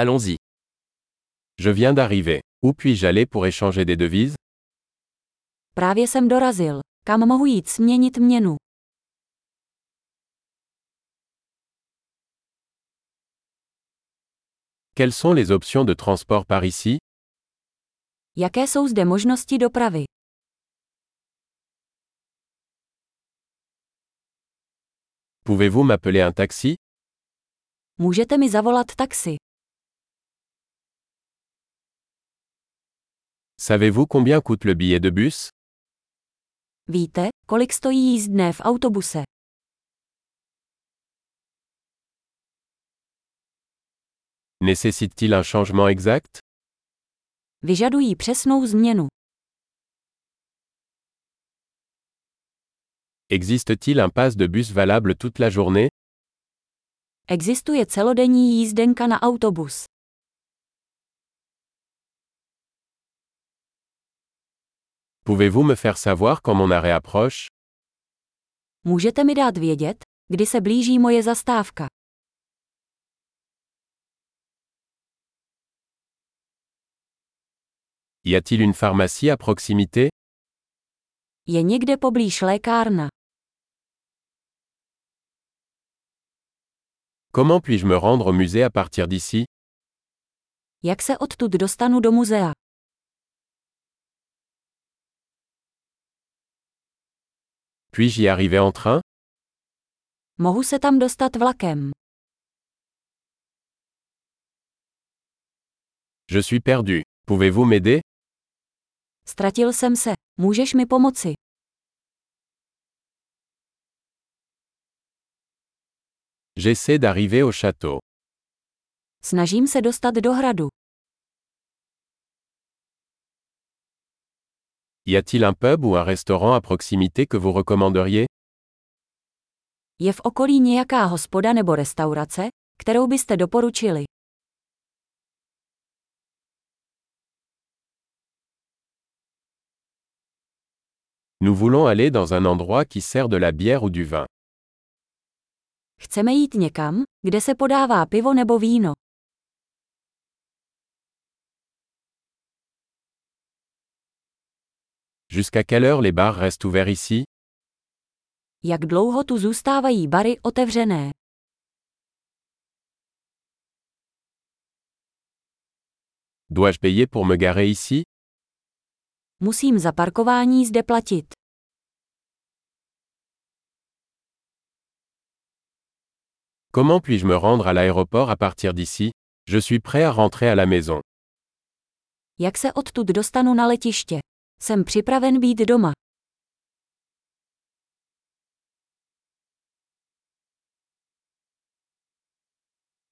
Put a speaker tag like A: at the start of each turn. A: Allons-y. Je viens d'arriver. Où puis-je aller pour échanger des devises
B: Právě jsem dorazil. Kam mohu jít směnit měnu?
A: Quelles sont les options de transport par ici
B: Jaké jsou zde možnosti dopravy?
A: Pouvez-vous m'appeler un taxi
B: Můžete mi zavolat taxi.
A: Savez-vous combien coûte le billet de bus
B: Víte, kolik stojí jízdné v autobuse?
A: Nécessite-t-il un changement exact
B: Vyžadují přesnou změnu.
A: Existe-t-il un pass de bus valable toute la journée
B: Existuje celodenní jízdenka na autobus.
A: Pouvez-vous me faire savoir quand mon arrêt approche
B: Můžete mi dát vědět, kdy se blíží moje zastávka?
A: Y a-t-il une pharmacie à proximité
B: Je někde poblíž lékárna.
A: Comment puis-je me rendre au musée à partir d'ici
B: Jak se odtud dostanu do muzea?
A: Puis-je y arriver en train
B: Mohu se tam dostat vlakem.
A: Je suis perdu. Pouvez-vous m'aider
B: Ztratil jsem se. Můžeš mi pomoci?
A: J'essaie d'arriver au château.
B: Snažím se dostat do hradu.
A: Y a-t-il un pub ou un restaurant à proximité que vous recommanderiez
B: Je v okolí nějaká hospoda nebo restaurace, kterou byste doporučili?
A: Nous voulons aller dans un endroit qui sert de la bière ou du vin.
B: Chceme jít někam, kde se podává pivo nebo víno.
A: Jusqu'à quelle heure les bars restent ouverts ici
B: Jak dlouho tu zůstávají bary otevřené?
A: Dois-je payer pour me garer ici
B: Musím za parkování zde platit.
A: Comment puis-je me rendre à l'aéroport à partir d'ici Je suis prêt à rentrer à la maison.
B: Jak se odtud dostanu na letiště? Jsem připraven být doma.